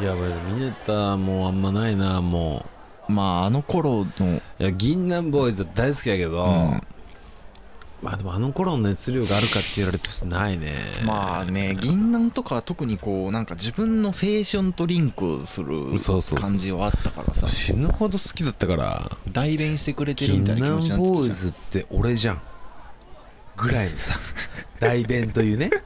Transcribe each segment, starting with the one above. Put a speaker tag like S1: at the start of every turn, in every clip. S1: いやばいミネタもうあんまないなも
S2: まああの頃の
S1: ういや銀杏ボーイズは大好きやけど、
S2: うん
S1: まあでもあの頃の熱量があるかって言われるとないね
S2: まあね銀杏とかは特にこうなんか自分の青春とリンクする
S1: そうそうそうそう
S2: 感じはあったからさ
S1: 死ぬほど好きだったから
S2: 代弁してくれてる
S1: 銀
S2: みたいな気持ち
S1: 杏
S2: になって
S1: ボーイ
S2: き
S1: ズって俺じゃんぐらいの さ代弁というね
S2: た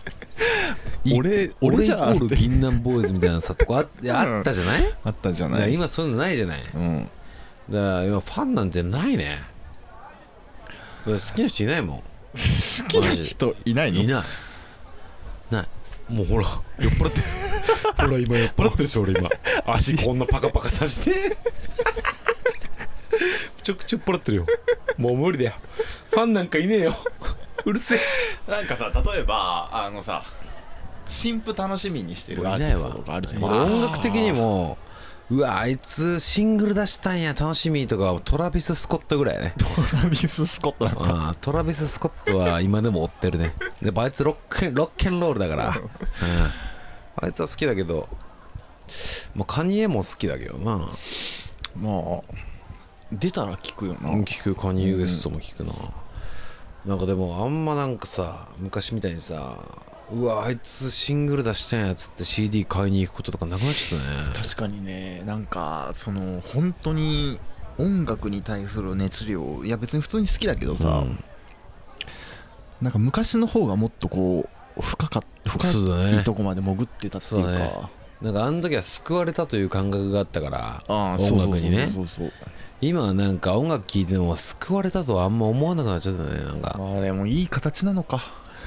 S2: 俺
S1: 俺イコ
S2: っ
S1: ール
S2: て
S1: 銀杏ボーイズみたいなさとこあっ あったじゃないだ
S2: あったじゃ
S1: か
S2: な
S1: ら
S2: い
S1: 今そういうのないじゃないだか
S2: うん
S1: ら今ファンなんてないねだ から好きな人いないもん
S2: 好きな人いないの
S1: いないないもうほら酔っ払ってほら今酔っ払ってるでしょ俺今 足こんなパカパカさしてちょくちょ酔っ払ってるよもう無理だよファンなんかいねえよ うるせえ
S2: なんかさ例えばあのさ新婦楽しみにしてるアーティストとかあるじゃん
S1: まあ音楽的 にもうわあいつシングル出したんや楽しみとかトラビス・スコットぐらいね
S2: トラビス・スコットなんか
S1: あートラビス・スコットは今でも追ってるねでもあいつロックンロッケンロールだから、うん、あいつは好きだけど、まあ、カニエも好きだけどな
S2: まあ出たら聞くよな、
S1: 聞くカニエ・ウエストも聞くな、なんかでもあんまなんかさ昔みたいにさうわあいつシングル出したんやつって CD 買いに行くこととかなくなっちゃったね
S2: 確かにねなんかその本当に音楽に対する熱量いや別に普通に好きだけどさ、
S1: うん
S2: なんか昔の方がもっとこう深かった深
S1: そうだね
S2: いとこまで潜ってたってい
S1: そ
S2: うか
S1: うだねなんかあの時は救われたという感覚があったから
S2: ああ
S1: 音楽にね
S2: そうそうそうそうそう
S1: 今はなんか音楽聴いても救われたとはあんま思わなくなっちゃったねなんか
S2: まあでもいい形なのか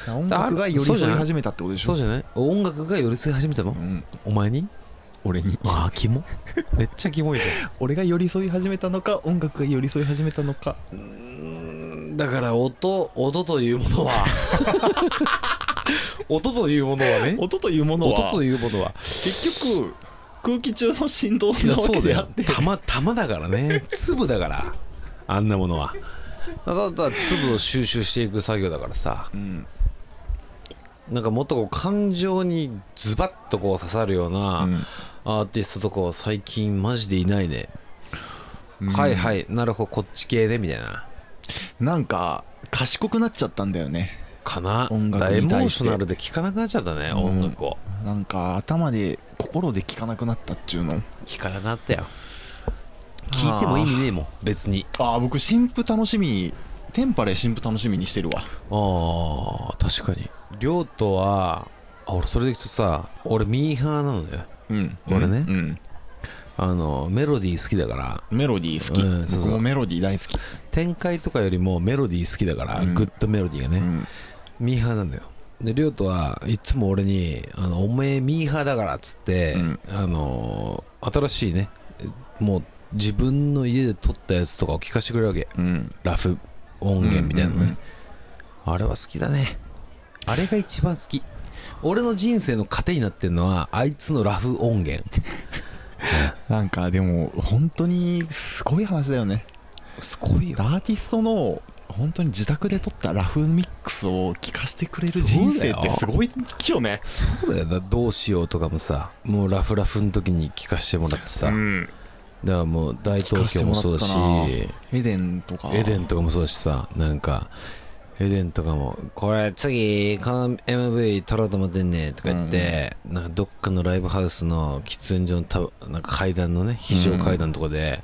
S2: 音楽が寄り添い始めたってことでしょ
S1: そうじゃない音楽が寄り添い始めたの
S2: うん、
S1: お前に
S2: 俺に
S1: ああキモ めっちゃキモいじゃ
S2: 俺が寄り添い始めたのか音楽が寄り添い始めたのか
S1: んだから音音というものは 音というものはね
S2: 音というもの
S1: 音
S2: は
S1: というものは
S2: 結局空気中の振動
S1: いや
S2: なわ
S1: そ
S2: け
S1: うだ
S2: であ
S1: よ
S2: って
S1: 玉玉だからね粒だからあんなものはただただ粒を収集していく作業だからさ
S2: うん
S1: なんかもっとこう感情にズバッとこう刺さるような、アーティストとかは最近マジでいないね、はい
S2: い
S1: はいなるほどこっち系でみたいな
S2: なんか賢くなっちゃったんだよね
S1: かな
S2: 音楽
S1: だエ
S2: に対して
S1: モーショナルで聴かなくなっちゃったね、
S2: うん
S1: 音楽を
S2: なんか頭で心で聞かなくなったっちゅうの
S1: 聴かなくなったよ聴いても意味ねえもん別に
S2: ああ僕新婦楽しみテンパレ新婦楽しみにしてるわ
S1: あー確かに亮とはあ俺それでいくとさ俺ミーハーなのよ
S2: うん
S1: 俺ね
S2: うん
S1: あのメロディー好きだから
S2: メロディー好き、
S1: うんそうそう
S2: 僕もメロディー大好き、
S1: 展開とかよりもメロディー好きだから、
S2: うん
S1: グッドメロディーがね、
S2: うん
S1: ミーハーなんだよで亮斗はいつも俺に「あのおめえミーハーだから」っつって、
S2: うん
S1: あのー新しいねもう自分の家で撮ったやつとかを聞かせてくれるわけ
S2: うん、
S1: ラフ音源みたいなのね、
S2: うんうんうん
S1: あれは好きだねあれが一番好き俺の人生の糧になってるのはあいつのラフ音源
S2: なんかでも本当にすごい話だよね
S1: すごいよ
S2: アーティストの本当に自宅で撮ったラフミックスを聴かせてくれる人生ってすごいよね
S1: そうだよなどうしようとかもさもうラフラフの時に聞かせてもらってさ、
S2: うん
S1: だからもう大東京もそうだし
S2: 聞かせてもらったなエデンとか
S1: エデンとかもそうだしさなんかエデンとかも「これ次この MV 撮ろうと思ってんね」とか言って、なんかどっかのライブハウスの喫煙所のたなんか階段のね非常階段のとこで、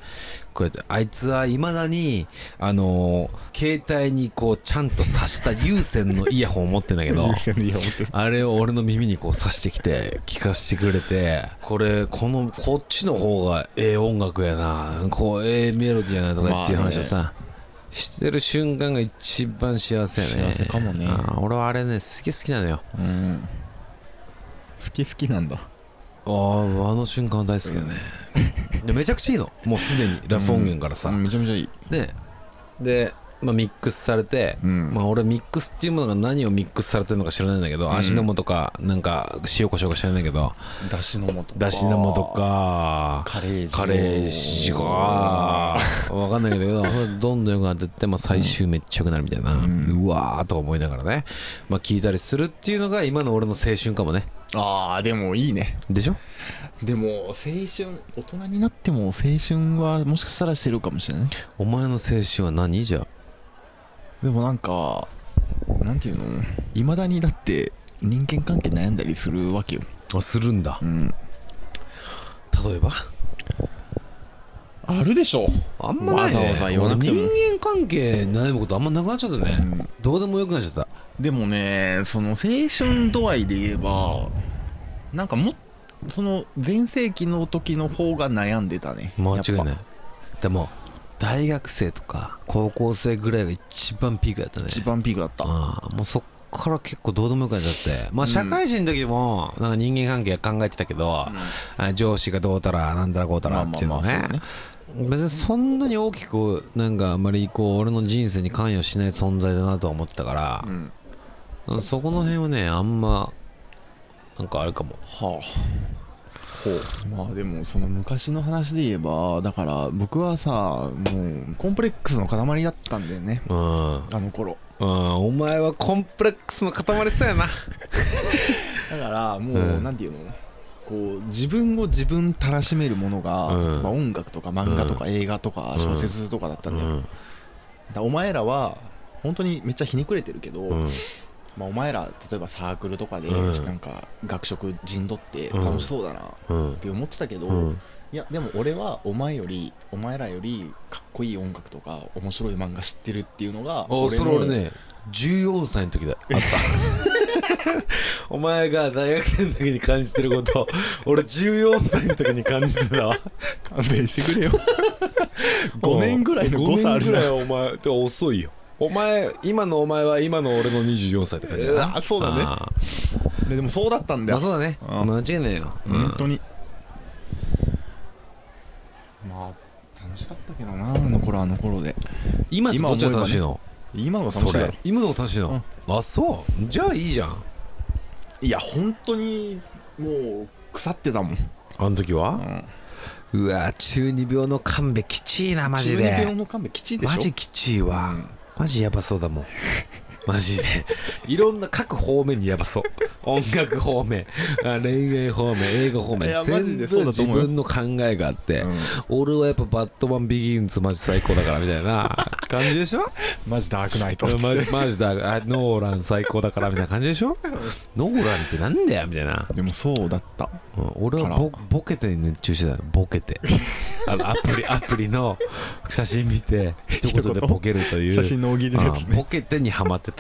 S1: こうやってあいつはいまだにあのー携帯にこうちゃんと挿した有線のイヤホンを持ってんだけ ど
S2: いや思ってる
S1: あれを俺の耳にこう刺してきて聞かせてくれてこれこのこっちの方がええ音楽やなこうええメロディーやなとかっていう話をさ、してる瞬間が一番幸せやね
S2: 幸せかもね
S1: あー俺はあれね好き好きなのよ
S2: うん好き好きなんだ
S1: あーあの瞬間は大好きだね、 でめちゃくちゃいいのもうすでにラフ音源からさ、
S2: うんめちゃめちゃいい
S1: ねで、まあ、ミックスされて、
S2: うん
S1: まあ、俺ミックスっていうものが何をミックスされてるのか知らないんだけど、
S2: ん
S1: 味の素かなんか塩コショウか知らないんだけど
S2: だしの素
S1: だしの素か
S2: カレー塩
S1: カレー塩か分かんないけど どんどん良くなってって、まあ、最終めっちゃ良くなるみたいな、うわーと思いながらね、まあ、聞いたりするっていうのが今の俺の青春かもね
S2: ああでもいいね
S1: でしょ
S2: でも青春大人になっても青春はもしかしたらしてるかもしれない
S1: お前の青春は何じゃあ
S2: でもなんかなんていうのいまだにだって人間関係悩んだりするわけよ
S1: あするんだ
S2: うん
S1: 例えば
S2: あるでしょ
S1: あんまないね
S2: わざわざ言わなくても
S1: 俺人間関係悩むことあんまなくなっちゃったね、
S2: うん
S1: どうでもよくなっちゃった
S2: でもねその青春度合いで言えばなんかもっその全盛期の時の方が悩んでたね
S1: 間違いな
S2: やっ
S1: い
S2: ぱ
S1: でも大学生とか高校生ぐらいが一番ピークやったね
S2: 一番ピークだった
S1: ああもうそっから結構どうでもよくなっちゃってまあ
S2: うん
S1: 社会人の時もなんか人間関係考えてたけど、あ上司がどうたらなんだらこうたらっていうのね,、
S2: まあまあまあ
S1: 別にそんなに大きくなんかあまりこう俺の人生に関与しない存在だなとは思ってたから
S2: う、ん
S1: そこの辺はねあんまなんかあれかも
S2: はあほうまあでもその昔の話で言えばだから僕はさもうコンプレックスの塊だったんだよね
S1: うん、うん、
S2: あの頃
S1: お前はコンプレックスの塊そうやな
S2: だからも
S1: う
S2: うんなんていうの、こう自分を自分たらしめるものが、
S1: うん
S2: まあ、音楽とか漫画とか映画とか
S1: うん
S2: 小説とかだった
S1: うん
S2: だよ、だ
S1: ん、
S2: からお前らは本当にめっちゃひねくれてるけど、
S1: うん、
S2: まあ、お前ら例えばサークルとかで
S1: うん
S2: なんか学食陣取って楽しそうだなっ
S1: うん
S2: て思ってたけど、
S1: うん
S2: いやでも俺はお前よりお前らよりかっこいい音楽とか面白い漫画知ってるっていうのが
S1: お
S2: の
S1: それ俺ね14歳の時だあった お前が大学生の時に感じてること俺14歳の時に感じてた わ
S2: 勘弁してくれよ5年ぐらいの誤差あるじゃん
S1: 5年ぐらいお前って遅いよお前今のお前は今の俺の24歳って 感じだ
S2: うわそうだね
S1: あ
S2: ででもそうだった
S1: ー
S2: ん
S1: まあ
S2: だよ
S1: そうだね
S2: うん
S1: 間違いないようん
S2: 本当にまあ楽しかったけどなあの頃あの頃で
S1: 今ってどっちが楽しいの
S2: 今のが楽しい
S1: そ
S2: だろ
S1: れ今のが楽しいのあそうじゃあいいじゃん
S2: いや本当にもう腐ってたもん、
S1: あの時
S2: う
S1: は
S2: ん、
S1: うわ中二病の勘弁きちいなマジ
S2: 中二病
S1: で
S2: の勘弁きちいでしょ
S1: マジきちいわ
S2: うん
S1: マジやばそうだもん。 マジで。いろんな各方面にやばそう。音楽方面、あ恋愛方面、映画方
S2: い
S1: 面、
S2: やマ
S1: 全
S2: ジ
S1: 部
S2: でそうだと
S1: 自
S2: 思うよ
S1: 分の考えがあって、
S2: うん
S1: 俺はやっぱバットマンビギンズマジ最高だからみたいな感じでしょ
S2: マジダークナイト
S1: マ
S2: っつって
S1: ジマジだ、あノーラン最高だからみたいな感じでしょノーランってなんだよみたいな。
S2: でもそうだった
S1: うん俺はボボケてに熱中してたよボケ てあのアプリアプリの写真見て一言でボケるという
S2: 写真の大喜利のやつ
S1: あボ
S2: ね
S1: ケてにハマってた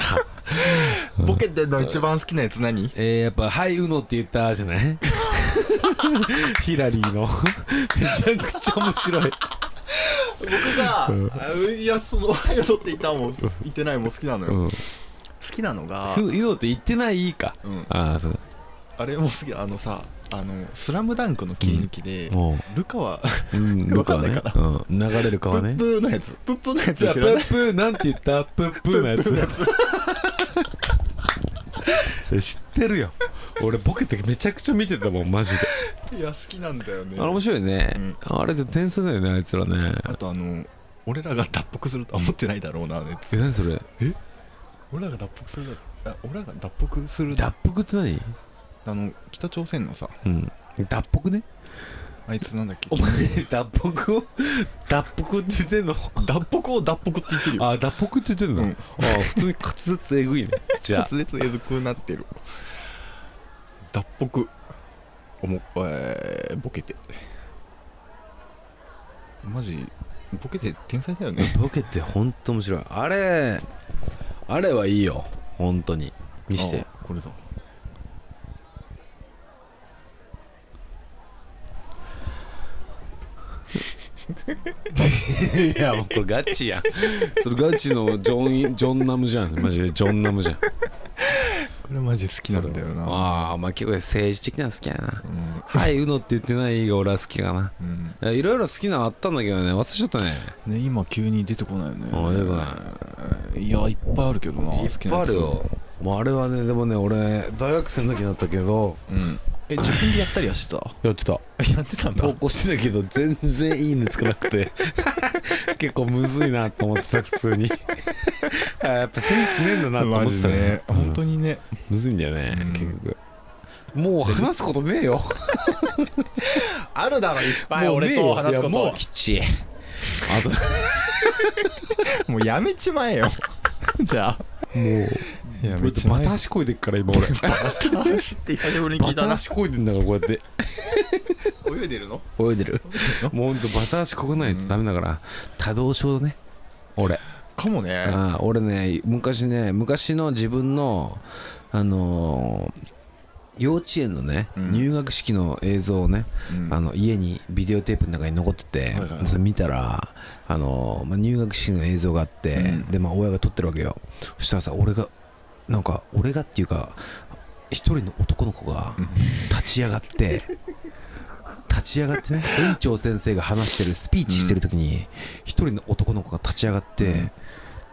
S1: うん
S2: ボケてんの一番好きなやつ何
S1: えー、やっぱ「はいうの」って言ったじゃない ヒラリーのめちゃくちゃ面 白い
S2: 僕があいやその「はよ」って言ったもん言ってないもん好きなの
S1: う
S2: よ
S1: ん
S2: 好きなのが
S1: 「うの」って言ってないか
S2: うん
S1: ああそう
S2: あれも好きあのさあの「スラムダンクの切り抜きで
S1: も
S2: ルカは
S1: ううん
S2: わかんない
S1: ルカはね、うん、流れる
S2: プ
S1: 川ね
S2: ップーのやつプップーのや
S1: じゃ
S2: つ
S1: あ
S2: 知
S1: プ
S2: らない
S1: ップーなんて言ったプップーのやつ知ってるよ俺ボケてめちゃくちゃ見てたもんマジで
S2: いや好きなんだよね
S1: あれ面白いね、
S2: うん
S1: あれで天才だよねあいつらね
S2: あとあの俺らが脱北するとは思ってないだろうなあのやつ
S1: え何それ
S2: 俺らが脱北するだあ俺らが脱北する
S1: 脱北って何
S2: あの北朝鮮 のさ
S1: うん脱北ね
S2: あいつなんだっけ
S1: お前脱北を脱北って言ってんの
S2: 脱北を脱北って言ってるよ
S1: あ脱北って言ってんの、
S2: うん
S1: あ普通に滑舌えぐいねじ ゃあ
S2: 滑舌えずくなってる脱北おもえーボケてマジボケて天才だよね
S1: ボケてほんと面白いあれあれはいいよほんとに 見して
S2: あこれだ
S1: いやもうこれガチやんそれガチのジョン・ジョンナムじゃんマジでジョンナムじゃん
S2: これマジ好きなんだよな
S1: ああまあ結構政治的なの好きやな
S2: うん
S1: はい「うの」って言ってないが俺は好きかな
S2: うん
S1: いやいろいろ好きなのあったんだけどね忘れちゃったね
S2: ね今急に出てこないよね
S1: あ出てこ
S2: いいやいっぱいあるけどな
S1: っぱいあるよもうあれはねでもね俺大学生の時になったけど
S2: うんえ自分でやったりはしてた
S1: やってた
S2: やってたん
S1: 投稿してたけど全然いいねつかなくて 結構むずいなと思ってた普通 にあやっぱセンスねえんだなと思
S2: マ
S1: って
S2: ジ
S1: た
S2: ね
S1: うん
S2: 本当にね
S1: むずいんだよね、
S2: うん
S1: 結局もう話すことねえよ
S2: あるだろいっぱい
S1: もうね
S2: 俺と話すこ
S1: いやもう
S2: と
S1: きちいあと
S2: もうやめちまえよ じゃ
S1: も
S2: あや
S1: うバタ足こいでっから今 俺
S2: 足って久しぶりに聞
S1: バ
S2: いた
S1: タ
S2: な
S1: 足こいでんだからこうやって
S2: 泳いでるの
S1: 泳いでるもうほんとバタ足こかないとダメだから多動症ね俺
S2: かもね
S1: ああ俺ね昔ね昔の自分のあのー幼稚園のね、
S2: うん
S1: 入学式の映像をね、
S2: うん
S1: あの家にビデオテープの中に残ってて、
S2: はいはい
S1: それ見たら、あのーまあ、入学式の映像があって、
S2: うん
S1: でまあ親が撮ってるわけよそしたらさ俺がなんか俺がっていうか一人の男の子が
S2: うん
S1: 立ち上がって、立ち上がってね園長先生が話してるスピーチしてる時に一、人の男の子が立ち上がって、
S2: うん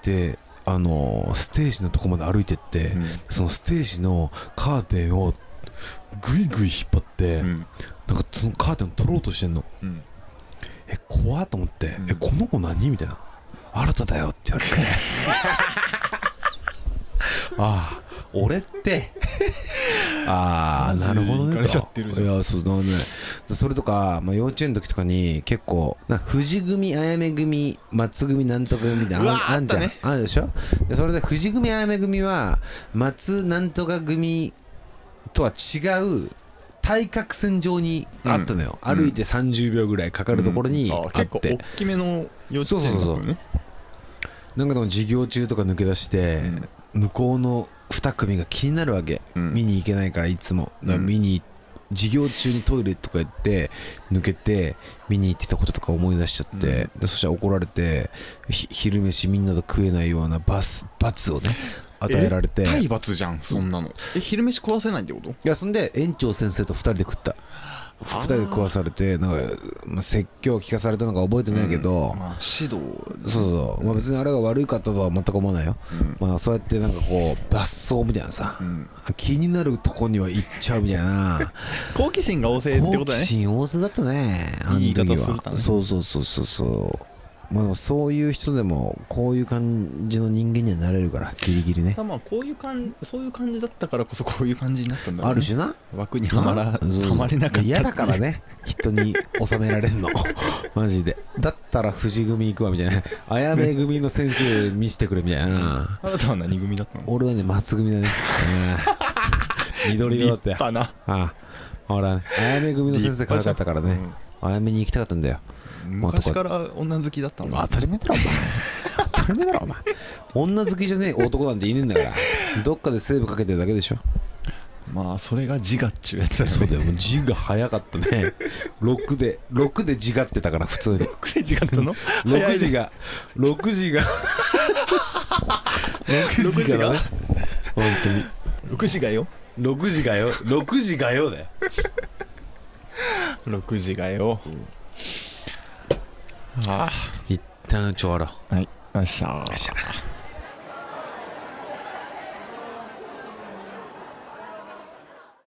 S1: であのーステージのとこまで歩いてって、
S2: うん
S1: そのステージのカーテンをぐいぐい引っ張って、
S2: うん
S1: なんかそのカーテンを取ろうとしてんの
S2: うん
S1: え怖っと思って、
S2: うん
S1: えこの子何みたいな新ただよって言われてああ俺ってああ
S2: マジ
S1: なるほどね
S2: 行かれちゃってるじゃん
S1: いやそうだねそれとか、まあ、幼稚園の時とかに結構な富士組あやめ組松組なんとか組みたいな
S2: う
S1: の
S2: わ
S1: あん
S2: ー
S1: あんじゃん
S2: あ
S1: あ,、
S2: ったね
S1: るでしょでそれで富士組あやめ組は松なんとか組とは違う対角線上にあったのよ、
S2: ん
S1: 歩いて30秒ぐらいかかるところに
S2: あ
S1: あっ
S2: 結構
S1: て、
S2: 大きめの幼稚園だったのね
S1: なんかでも授業中とか抜け出して、向こうの2組が気になるわけ、
S2: うん
S1: 見に行けないからいつもだから
S2: うん
S1: 見に授業中にトイレとか行って抜けて見に行ってたこととか思い出しちゃって、でそしたら怒られてひ昼飯みんなと食えないようなバス罰をね与えられて
S2: 体罰じゃんそんなのえ昼飯壊せないってこと
S1: いやそんで園長先生と2人で食った2人で食わされてなんかまあ説教聞かされたのか覚えてないけど、
S2: まあ指導
S1: そうそう、まあ、別にあれが悪いかったとは全く思わないよ、
S2: うん
S1: まあ、そうやってなんかこう脱走みたいなさ、
S2: うん
S1: 気になるとこには行っちゃうみたいな
S2: 好奇心が旺盛って
S1: 好
S2: こと
S1: 奇
S2: だね
S1: 心旺盛だったねあの
S2: いい
S1: 時
S2: 言い方する
S1: は
S2: とね
S1: そうそうそうそうそうまあでもそういう人でもこういう感じの人間にはなれるからギリギリね
S2: まあこういう感じそういう感じだったからこそこういう感じになったんだろ
S1: あ
S2: うね
S1: る種な
S2: 枠にはまらは
S1: そうそう
S2: まれなかったっていう
S1: 嫌だからね人に収められん のマジでだったら藤組行くわみたいなあやめ組の先生見せてくれみたいな
S2: あなたは何組だったの
S1: 俺はね松組だねうん 緑色だって
S2: 立派な
S1: ああほらねあやめ組の先生可愛かったからねあやめに行きたかったんだよ
S2: うん
S1: まあ
S2: 昔から女好きだったの
S1: 当たり前だろお 前当たり前だろお前女好きじゃねえ男なんていねえんだからどっかでセーブかけてるだけでしょ
S2: まあそれが自我っちゅうやつだよね
S1: そうだよもう字が早かったね6で6で字がってたから普通に
S2: 6で自我ったの
S1: 6時が6時が6時がね本
S2: 6時がよ
S1: 当に6時がよ6時がよだよ
S2: 6時がよ、あ
S1: 一旦ちょわろう
S2: あはいよっしゃ
S1: よっしゃ